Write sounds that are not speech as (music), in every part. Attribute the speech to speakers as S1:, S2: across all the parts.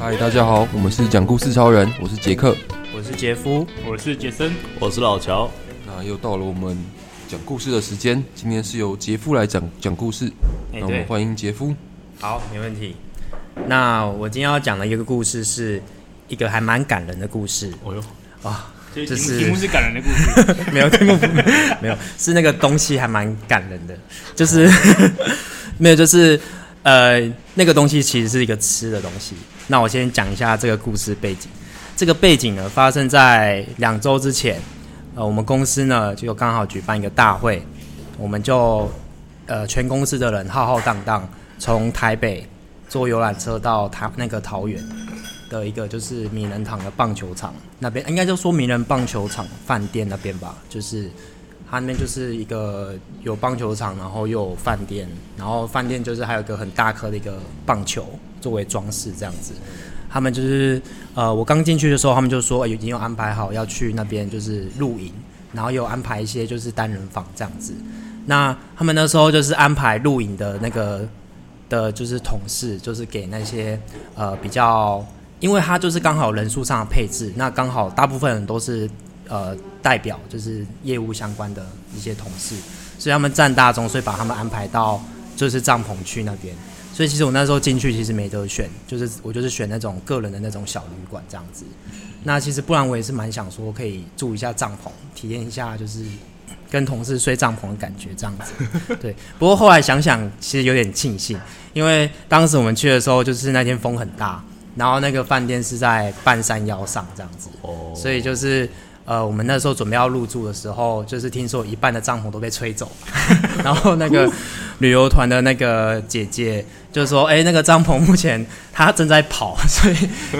S1: 嗨，大家好，我们是讲故事超人，我是杰克。
S2: 我是杰夫，
S3: 我是杰森，
S4: 我是老乔，
S1: 那又到了我们讲故事的时间，今天是由杰夫来讲讲故事。
S2: 哎、
S1: 那我
S2: 对
S1: 们，欢迎杰夫。
S2: 好，没问题。那我今天要讲的一个故事是一个还蛮感人的故事，
S4: 哦哟，
S3: 这
S2: 这
S3: 题
S2: 是
S3: 目题目是感人的故
S2: (laughs)
S3: 事，
S2: 没有，这个不没有，是那个东西还蛮感人的，就是没有，就是呃，那个东西其实是一个吃的东西。那我先讲一下这个故事背景。这个背景呢，发生在两周之前。呃，我们公司呢就刚好举办一个大会，我们就呃全公司的人浩浩荡荡从台北坐游览车到桃那个桃园的一个就是名人堂的棒球场那边，应该就说名人棒球场饭店那边吧，就是它那边就是一个有棒球场，然后又有饭店，然后饭店就是还有一个很大颗的一个棒球作为装饰这样子。他们就是呃，我刚进去的时候，他们就说、哎已经有安排好要去那边就是露营，然后有安排一些就是单人房这样子。那他们那时候就是安排露营的那个的，就是同事，就是给那些呃比较，因为他就是刚好人数上的配置，那刚好大部分人都是呃代表，就是业务相关的一些同事，所以他们占大众，所以把他们安排到就是帐篷区那边。所以其实我那时候进去其实没得选，就是我就是选那种个人的那种小旅馆这样子。那其实不然我也是蛮想说可以住一下帐篷，体验一下就是跟同事睡帐篷的感觉这样子。对，不过后来想想其实有点庆幸，因为当时我们去的时候就是那天风很大，然后那个饭店是在半山腰上这样子，
S4: 哦，
S2: 所以就是。呃，我们那时候准备要入住的时候，就是听说一半的帐篷都被吹走， (laughs) 然后那个旅游团的那个姐姐就说：“哎、那个帐篷目前她正在跑，所以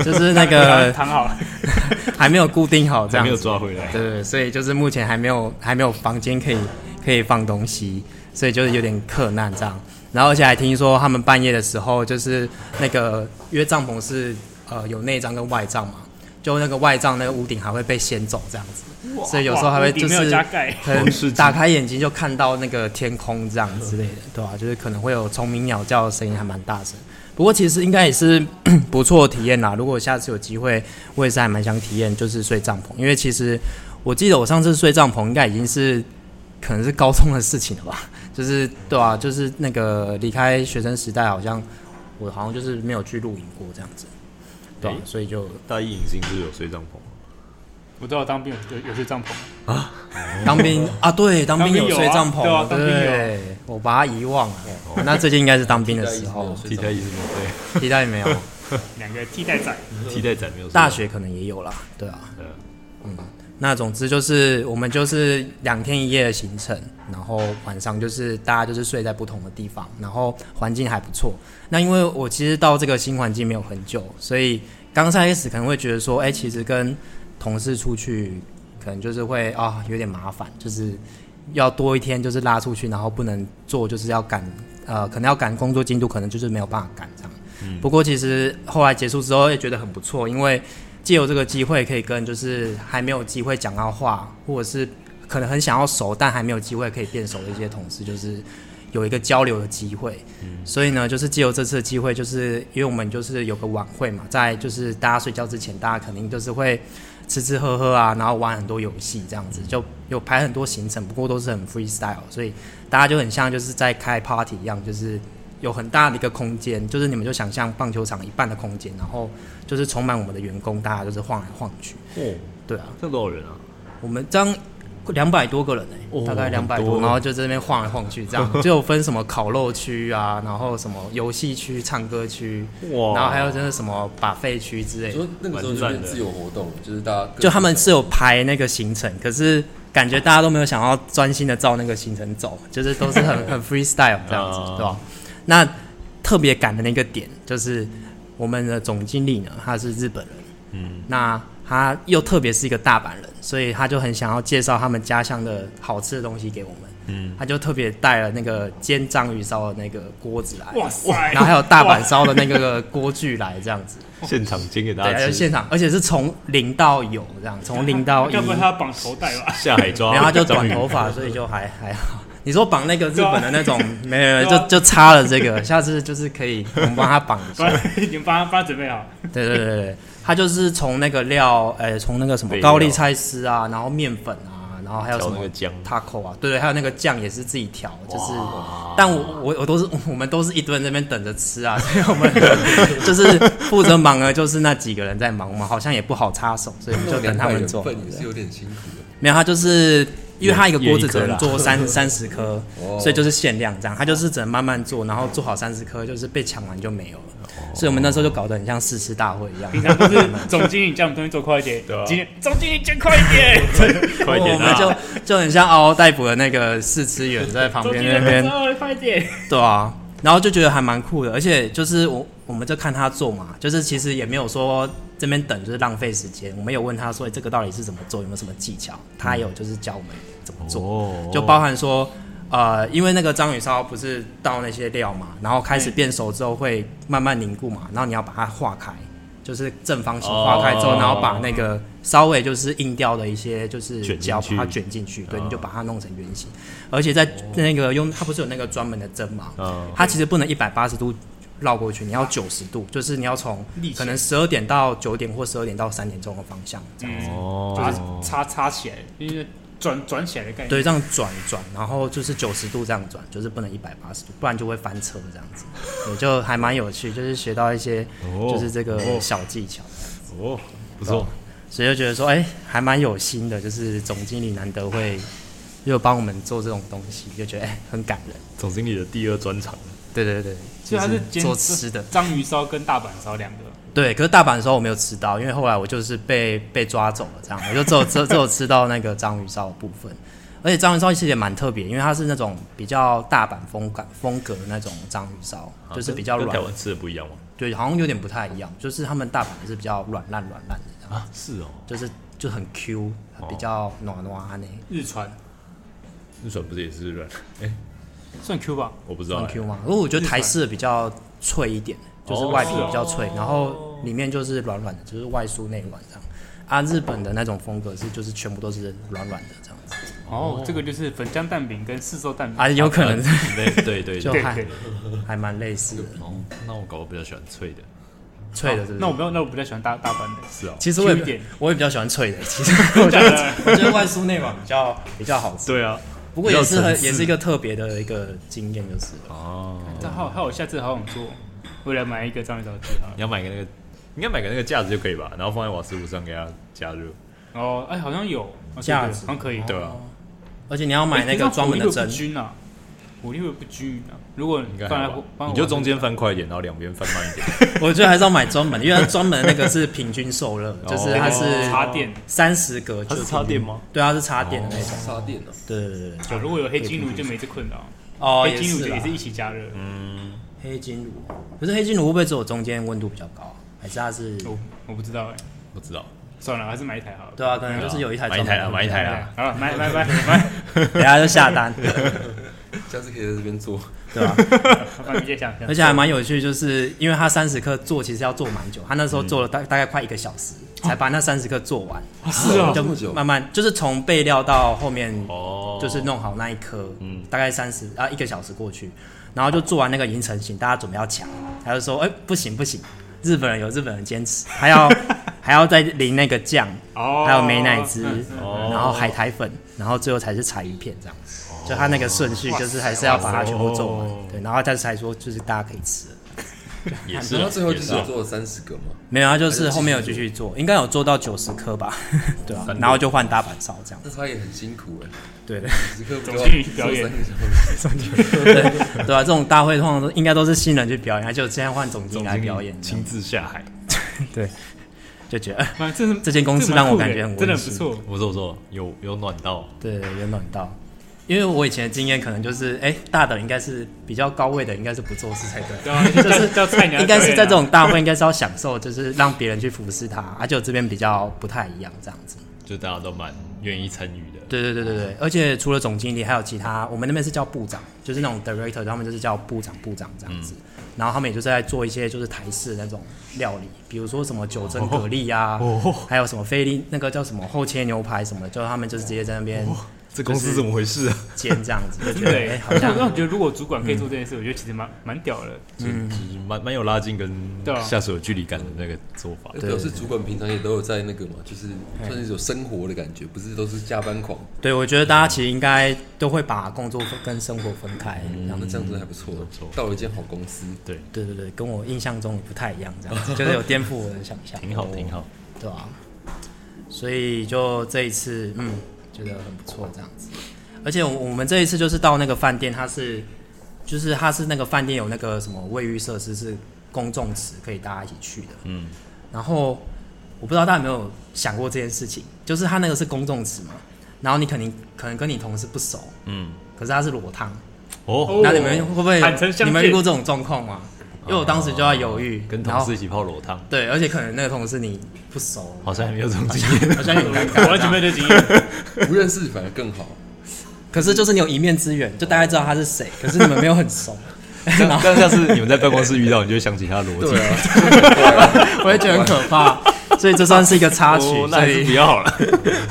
S2: 就是那个
S3: 躺好了，
S2: (laughs) 还没有固定好，这
S4: 还
S2: 样
S4: 没有
S2: 子。
S4: 抓回来，
S2: 对对对，所以就是目前还没有还没有房间可以可以放东西，所以就是有点困难这样。然后而且还听说他们半夜的时候，就是那个因为帐篷是呃有内帐跟外帐嘛，就那个外帐那个屋顶还会被掀走这样子，所以有时候还会
S3: 哇屋顶
S2: 就是
S3: 没有加盖，
S2: 可能打开眼睛就看到那个天空这样之类的，对吧、就是可能会有虫鸣鸟叫的声音，还蛮大声。不过其实应该也是 (coughs) 不错的体验啊啦。如果下次有机会，我也是还蛮想体验，就是睡帐篷，因为其实我记得我上次睡帐篷应该已经是可能是高中的事情了吧， (laughs) 就是对啊，就是那个离开学生时代，好像我好像就是没有去露营过这样子，对啊、
S4: 诶
S2: 所以就
S4: 大一隐形是有睡帐篷，
S3: 我知道当兵有有有睡帐篷，
S2: 当兵啊，对，当兵
S3: 当兵
S2: 有
S3: 有啊
S2: 睡帐篷，
S3: 对啊当兵有
S2: 对我把它遗忘了。那最近应该是当兵的时 (laughs) 候，
S4: 替代役是没有对，
S2: 替代没有，
S3: 两个替代仔，
S4: 替代仔没有睡帐篷。
S2: 大学可能也有啦，对啊。
S4: 对啊
S2: 那总之就是我们就是两天一夜的行程，然后晚上就是大家就是睡在不同的地方，然后环境还不错。那因为我其实到这个新环境没有很久，所以刚开始可能会觉得说，哎、其实跟同事出去可能就是会啊有点麻烦，就是要多一天就是拉出去，然后不能做，就是要赶呃可能要赶工作进度，可能就是没有办法赶这样。不过其实后来结束之后也哎觉得很不错，因为借由这个机会可以跟就是还没有机会讲到话，或者是可能很想要熟但还没有机会可以变熟的一些同事，就是有一个交流的机会。所以呢，就是借由这次的机会，就是因为我们就是有个晚会嘛，在就是大家睡觉之前，大家肯定就是会吃吃喝喝啊，然后玩很多游戏这样子，就有排很多行程，不过都是很 freestyle，所以大家就很像就是在开 party 一样，就是有很大的一个空间，就是你们就想象棒球场一半的空间，然后就是充满我们的员工，大家就是晃来晃去。
S4: 哦，
S2: 对啊，
S4: 这样多少人啊？
S2: 我们这样两百多个人呢、欸
S4: 哦
S2: 大概两百
S4: 很多
S2: 多，然后就在那边晃来晃去，这
S4: (laughs)
S2: 样就有分什么烤肉区啊，然后什么游戏区、唱歌区，
S4: 哇
S2: 然后还有就是什么把费区之类的
S1: 说那个时候就变自由活动，就是大家
S2: 哎就他们是有排那个行程，可是感觉大家都没有想要专心的照那个行程走，就是都是 (laughs) 很很 freestyle 这样子，
S4: 啊
S2: 对吧？那特别感人的一个点就是我们的总经理呢，他是日本人，嗯，那他又特别是一个大阪人，所以他就很想要介绍他们家乡的好吃的东西给我们，嗯，他就特别带了那个煎章鱼烧的那个锅子来，
S3: 哇塞，
S2: 然后还有大阪
S3: 哇
S2: 烧的那个锅具来，这样子。
S4: 现场煎给大
S2: 哦对，
S4: 家
S2: 就
S4: 吃，
S2: 现场，而且是从零到有
S3: (laughs)
S2: 这样，从零到一，
S3: 要不然
S2: 然 (laughs)
S3: 他绑头带吧？
S4: 下海抓，
S2: 后他就
S4: 章
S2: 短
S4: 鱼
S2: 头发，所以就还还好。你说绑那个日
S3: 对啊
S2: 本的那种，没有没有，
S3: 对啊
S2: 就就插了这个，下次就是可以我们帮他绑一
S3: 不
S2: 下。
S3: 然你们帮他帮他准备好，
S2: 对对对对对，他就是从那个料，呃，从那个什么
S4: 备料
S2: 高丽菜丝啊，然后面粉啊，然后还有什
S4: 调
S2: 么
S4: 那个姜，
S2: taco 啊，对对，还有那个酱也是自己调，就是。
S4: 哇
S2: 但我我我都是我们都是一堆人在那边等着吃啊，所以我们就是负责忙的，就是那几个人在忙，我们好像也不好插手，所以我们就等他们做。
S1: 份也是有点辛苦的。
S2: 没有，他就是因为他一个锅子只
S4: 一人
S2: 能
S4: 一颗啦
S2: 做三三十颗，
S1: 哦
S2: 所以就是限量这样，他就是只能慢慢做，然后做好三十颗，就是被抢完就没有了。所以我们那时候就搞得很像试吃大会一样，
S3: 平常都是总经理叫我们东西做快一点，
S4: (laughs) 对啊
S3: 今天总经理讲快一点，
S4: (laughs) 快点
S2: 我们
S4: 啊！
S2: 哦就就很像嗷嗷待哺的那个试吃员在旁
S3: 总经理
S2: 边那边，
S3: 说快一点，
S2: 对啊，然后就觉得还蛮酷的，而且就是我我们就看他做嘛，就是其实也没有说这边等就是浪费时间，我们有问他说、欸这个到底是怎么做，有没有什么技巧，他也有就是教我们怎么做。
S4: 哦
S2: 就包含说，呃，因为那个章鱼烧不是倒那些料嘛，然后开始变熟之后会慢慢凝固嘛，然后你要把它化开，就是正方形化开之后，
S4: 哦
S2: 然后把那个稍微就是硬掉的一些就是
S4: 卷进
S2: 胶把它
S4: 去
S2: 卷进去，对，
S4: 哦
S2: 你就把它弄成圆形，而且在那个用它不是有那个专门的针嘛，
S4: 嗯
S2: 它其实不能一百八十度。绕过去，你要九十度，就是你要从
S3: 立起
S2: 可
S3: 来
S2: 能十二点到九点或十二点到三点钟的方向，
S3: 嗯，把它
S4: 哦，
S3: 插插起来，因为转转起来的概念，
S2: 对，这样转转，然后就是九十度这样转，就是不能一百八十度，不然就会翻车这样子。 (laughs) 对，就还蛮有趣，就是学到一些
S4: 哦
S2: 就是这个
S4: 哦
S2: 小技巧，
S4: 哦，不错，
S2: 啊所以就觉得说，哎、还蛮有心的，就是总经理难得会又帮我们做这种东西，就觉得哎、很感人。
S4: 总经理的第二专场，
S2: 对对对，
S3: 所以
S2: 就
S3: 它
S2: 是
S3: 是兼
S2: 做吃的。
S3: 章鱼烧跟大阪烧两个，
S2: 对，可是大阪的时候我没有吃到，因为后来我就是被被抓走了，这样我就只有只有只有吃到那个章鱼烧的部分。而且章鱼烧其实也蛮特别，因为它是那种比较大阪风感风格的那种章鱼烧，就是比较
S4: 啊跟跟
S2: 软
S4: 台，湾吃的不一样吗？
S2: 对，好像有点不太一样。就是他们大阪的是比较软烂软烂的这样，
S4: 啊，是哦，
S2: 就是就很 Q，比较暖暖呢，
S3: 日传
S4: 日本不是也是软？ (laughs)
S3: 算 Q 吧，
S4: 我不知道
S2: 很
S4: 欸，
S2: Q 嘛。不过我觉得台式的比较脆一点，就是
S4: 哦
S2: 外皮
S4: 是哦
S2: 比较脆，然后里面就是软软的，就是外酥内软这样。啊，日本的那种风格是就是全部都是软软的这样子。
S3: 哦，这个就是粉浆蛋饼跟四色蛋饼，
S2: 啊，有可能
S4: 对对对
S2: 就
S4: 对。
S2: 还
S3: 对对
S2: (laughs) 还蛮类似的，
S4: 哦，那我搞我比较喜欢脆的，
S2: 脆的，对不
S3: 那我
S2: 对？
S3: 没有，那我比较喜欢大大阪的，
S4: 是哦，
S2: 其实我也
S3: Q 一点
S2: 比我也比较喜欢脆的，其实
S3: (laughs)
S2: 我觉
S3: 假
S2: 得
S3: 的
S2: 我觉得外酥内软比较比较好吃，
S4: 对啊，
S2: 不过也是很
S4: 比较层次
S2: 也是一个特别的一个经验，就是了
S4: 哦，
S3: 但还有还有，下次好想做，未来买一个章鱼烧吃好了
S4: 你要买个那个，应该买个那个架子就可以吧，然后放在瓦斯炉上给它加热，
S3: 哦，哎，好像有哦
S2: 架
S3: 对对
S2: 子
S3: 好像可以。哎
S4: 对啊，
S2: 哦而且你要买那个专门的
S3: 火力会
S2: 针
S3: 不，均啊，火力会不均啊。如果
S4: 应
S3: 你
S4: 该
S3: 放
S4: 还
S3: 在
S4: 好吧
S3: 放在
S4: 你就中间翻快一点，然后两边翻慢一
S2: (laughs)
S4: 点，
S2: 我觉得还是要买专门的，因为它专门的那个是平均受热，
S4: 哦
S2: 就是它是
S3: 插电，
S2: 三十格，就平均
S4: 电吗？
S2: 对，它是插电的那种，
S1: 插电哦，
S2: 对对对对，
S3: 啊如果有黑金炉就没这困扰，
S2: 哦
S3: 黑
S2: 也
S3: 金炉
S2: 是
S3: 就也
S2: 啦
S3: 是一起加热。
S4: 嗯，
S2: 黑金炉，可是黑金炉会不会只有中间温度比较高啊，还是它是
S3: 我我不知道哎，
S4: 不知道，
S3: 算了，还是买一台好了。
S2: 对啊，可能就是有一台
S4: 买一台啦，
S2: 专门的
S4: 买一台啊
S3: 哎
S4: 啦，
S3: 好了，买买买买，
S2: (laughs) 等一下就下单， (laughs)
S1: 下次可以在这边做。
S2: 对吧、
S3: 把你先想想
S2: 而。且还蛮有趣，就是因为他三十克做其实要做蛮久，他那时候做了大大概快一个小时，才把那三十克做完，
S1: 是
S2: 就
S1: 这么久
S2: 慢慢就是从备料到后面
S4: 啊哦，
S2: 就是弄好那一颗，
S4: 嗯
S2: 大概三十啊一个小时过去，然后就做完那个银成型，大家准备要抢，他就说哎、不行不行，日本人有日本人坚
S4: (laughs)
S2: 持，还要还要再淋那个酱，
S3: 哦
S2: 还有美乃滋
S3: 嗯嗯，
S4: 哦
S2: 然后海苔粉，然后最后才是柴鱼片这样子，就他那个顺序就是还是要把它全部做
S4: 哇
S2: 完，对，然后他才说就是大家可以吃了。
S4: 也是
S1: 然
S4: 啊，
S1: 后最后
S4: 也
S1: 就是
S4: 啊
S1: 做了三十个嘛，
S2: 没有，他就是后面有继续做，应该有做到九十颗吧， (laughs) 对啊
S4: 三，个
S2: 然后就换大阪烧这样，
S1: 那他也很辛苦哎，
S2: 对的，
S1: 十刻不
S3: 总
S1: 就
S3: 经理表演
S1: 做三个小时
S2: (laughs) 对对啊，这种大会通常都应该都是新人去表演，而且我今天换总经
S4: 总
S2: 理
S4: 经
S2: 来
S4: 理
S2: 表演，这样
S4: 亲自下海，
S2: 对，就觉得呃
S3: 蛮这是
S2: 这间公司让我感觉很
S3: 这个蛮酷的真的
S2: 温
S3: 很不
S2: 馨
S3: 错。
S4: 我说我说有有暖到，
S2: 对有暖到，因为我以前的经验可能就是，哎，大的应该是比较高位的，应该是不做事才对。
S3: 对啊，
S2: (laughs)
S3: 就
S2: 就是
S3: 是叫菜啊鸟，
S2: 应该是在这种大会，应该是要享受，就是让别人去服侍他，而且我这边比较不太一样，这样子。
S4: 就大家都蛮愿意参与的，
S2: 对对对对对，而且除了总经理，还有其他，我们那边是叫部长，就是那种 director，他们就是叫部长部长这样子。然后他们也就是在做一些就是台式的那种料理，比如说什么九蒸蛤蜊啊，还有什么菲力那个叫什么厚切牛排什么的，就是他们就是直接在那边
S4: 这公司怎么回事啊？
S2: 煎这样子，就觉得哎、
S3: (laughs) 对，
S2: 好
S3: 但我
S2: 像
S3: 觉得如果主管可以做这件事，我觉得其实蛮蛮屌的。
S4: 嗯，就是 (laughs) 蛮蛮有拉近跟
S3: 对啊
S4: 下属有距离感的那个做法。
S1: 那表示主管平常也都有在那个嘛，就是算是有生活的感觉，不是都是加班狂。
S2: 对我觉得大家其实应该都会把工作分跟生活分开，然后
S1: 那这样子还不错
S4: 错，
S1: 到了一间好公司，
S4: 对，
S2: 对对对，跟我印象中不太一样，这样子就是有颠覆我的想象，
S4: 挺好，挺好。
S2: 对啊，所以就这一次，嗯，觉得很不错这样子。而且我我们这一次就是到那个饭店，它是就是它是那个饭店有那个什么卫浴设施是公众池，可以大家一起去的。
S4: 嗯，
S2: 然后我不知道大家有没有想过这件事情，就是它那个是公众池嘛，然后你肯定可能跟你同事不熟，
S4: 嗯，
S2: 可是它是裸汤，
S4: 哦，
S3: 哦
S2: 那你们会不会
S3: 坦诚相见
S2: 你们遇过这种状况吗？因为我当时就在犹豫，
S4: 哦跟
S2: 然
S4: 同
S2: 后
S4: 事一起泡裸汤，
S2: 对，而且可能那个同事你不熟，
S4: 好像也没有这种经
S2: (laughs)
S4: 验。
S2: 好像很尴尬。
S3: 我完全没有这
S2: (laughs)
S3: 经验，
S1: (laughs) 不认识反而更好。
S2: 可是就是你有一面之缘，就大概知道他是谁，可是你们没有很熟。 (laughs) 然后
S4: 但下次你们在办公室遇到，你就会想起他的逻 (laughs) 辑。
S1: 啊，
S2: 我会觉得很可怕，所以这算是一个插曲。 (laughs)
S4: 哦
S2: 所
S4: 那还是
S2: 以
S4: 不要好了。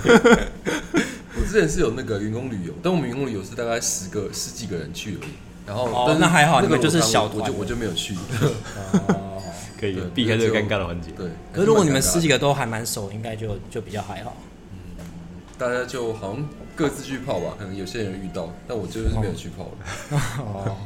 S1: 我之前是有那个员工旅游，但我们员工旅游是大概十个十几个人去而已。然后，
S2: 哦
S1: 但是
S2: 那还好
S1: 个
S2: 你们就是
S1: 我
S2: 小
S1: 我
S2: 团
S1: 就我就没有
S2: (laughs)
S1: 去。
S4: 可以
S1: 对
S4: 避开这个尴尬的环节。
S1: 对，
S2: 可是如果你们十几
S1: 个，
S2: 个都还蛮熟，应该就就比较还好。
S1: 大家就好像各自去泡吧，可能有些人遇到，但我就是没有去泡了。
S2: 哦，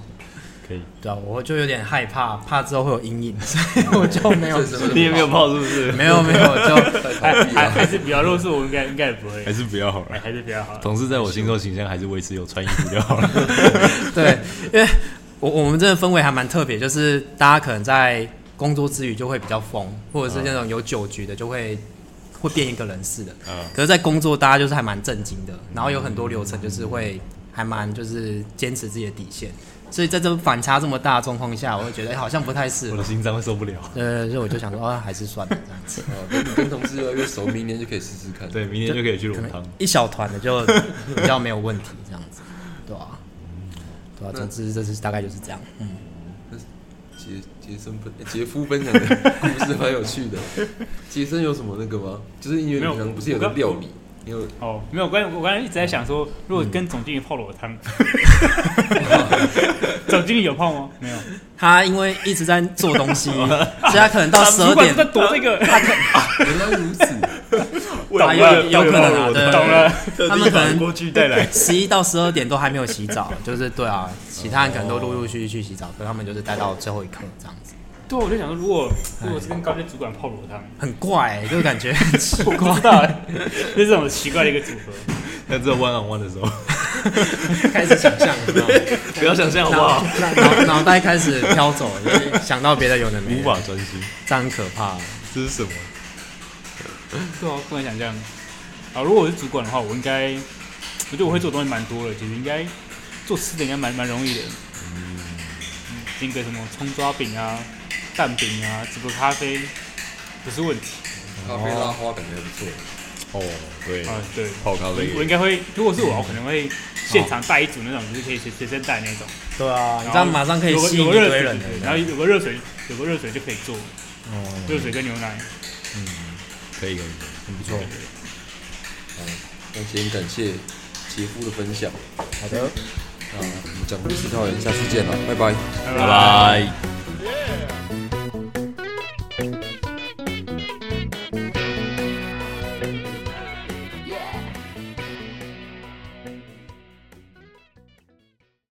S4: 可以。
S2: 对啊，我就有点害怕，怕之后会有阴影，所以我就哦没有哎
S1: 这。真的是
S4: 你也没有泡是不
S2: (laughs)
S4: 是？
S2: 没有没有，就
S1: 太
S3: 还
S1: 逃避
S3: 还还
S1: 了。
S3: 是比较弱势，我应该应该也不会
S4: 还，是不要好
S3: 哎
S4: 了。
S3: 还是比较好。
S4: 同事在我心中形象还是维持有穿衣服就好了。 (laughs)
S2: (laughs) 对，因为我我们这个氛围还蛮特别，就是大家可能在工作之余就会比较疯，或者是那种有酒局的就会会变一个人似的。
S4: 嗯
S2: 可是，在工作大家就是还蛮震惊的，然后有很多流程就是会还蛮就是坚持自己的底线，所以在这反差这么大的状况下，我会觉得、哎好像不太适合
S4: 我的。心脏会受不了。
S2: 呃，所以我就想说，哦，还是算了这样子。
S1: 哦跟跟同事越来越熟，明年就可以试试看。
S4: 对，明天就可以去
S2: 可
S4: 裸汤
S2: 能。 (laughs) 一小团的就比较没有问题，这样子，对啊？对啊，总之这是大概就是这样。嗯，
S1: 杰杰森分杰夫分享的故事蛮有趣的。杰森有什么那个吗？就是因为你
S3: 没有
S1: 平常不是有个料理，你有
S3: 哦，没有关系，我刚才一直在想说，如果跟总经理泡
S2: (laughs)
S3: 裸汤，总经理有泡吗？没有，
S2: 他因为一直在做东
S3: (laughs)
S2: 西，所以他可能到十
S3: 哦主
S2: 二
S3: 管
S2: 点
S3: 在，躲这个，
S1: 原来如此，
S2: 他有有可能啊，对，
S3: 懂了，
S2: 他们可能
S4: 过去带来。 (laughs)
S2: 十一到十二点都还没有洗澡， (laughs) 就是对啊，其他人可能都陆陆续续去洗澡，可他们就是待到最后一刻这样子，
S3: 对，我就想说，如果如果是跟高阶主管泡裸
S2: (laughs)
S3: 汤，
S2: 很怪、欸，就感觉 (laughs) 很奇
S3: 我不
S2: 怪
S3: 知，道欸，这是这种奇怪的一个组合。
S4: 那只有 one on one 的时候，
S2: 开始想象了，有没有
S4: 不要想象好不
S2: 脑
S4: 好？
S2: 脑脑袋开始飘走，就是想到别的有的没
S4: 无
S2: 的，
S4: 法专心，
S2: 这样很可怕。
S4: 这是什么？
S3: 对啊，不能想象。啊，如果我是主管的话，我应该，我觉得我会做的东西蛮多的，其实应该做吃的应该蛮蛮容易的。嗯，订个什么葱抓饼啊、蛋饼啊、直播咖啡，不是问题
S1: 咖啡拉花感觉还不错。
S4: 哦，对，
S3: 啊。对，
S4: 泡咖啡
S3: 我应该会，如果是我，我可能会现场带一组那种，就是可以随随身带那种。
S2: 对啊，你
S3: 然
S2: 这样马上可以吸引一
S3: 有
S2: 堆
S3: 个有个热
S2: 人
S3: 水
S2: 了，
S3: 然后有个热水，有个热水就可以做
S2: 哦，
S3: 热水跟牛奶。
S4: 可以可以，很不错。
S1: 好，那先感谢杰夫的分享。
S2: 好的。
S1: 那我们讲故事套人，下次见了，拜拜。
S3: 拜
S4: 拜。拜。
S5: Yeah.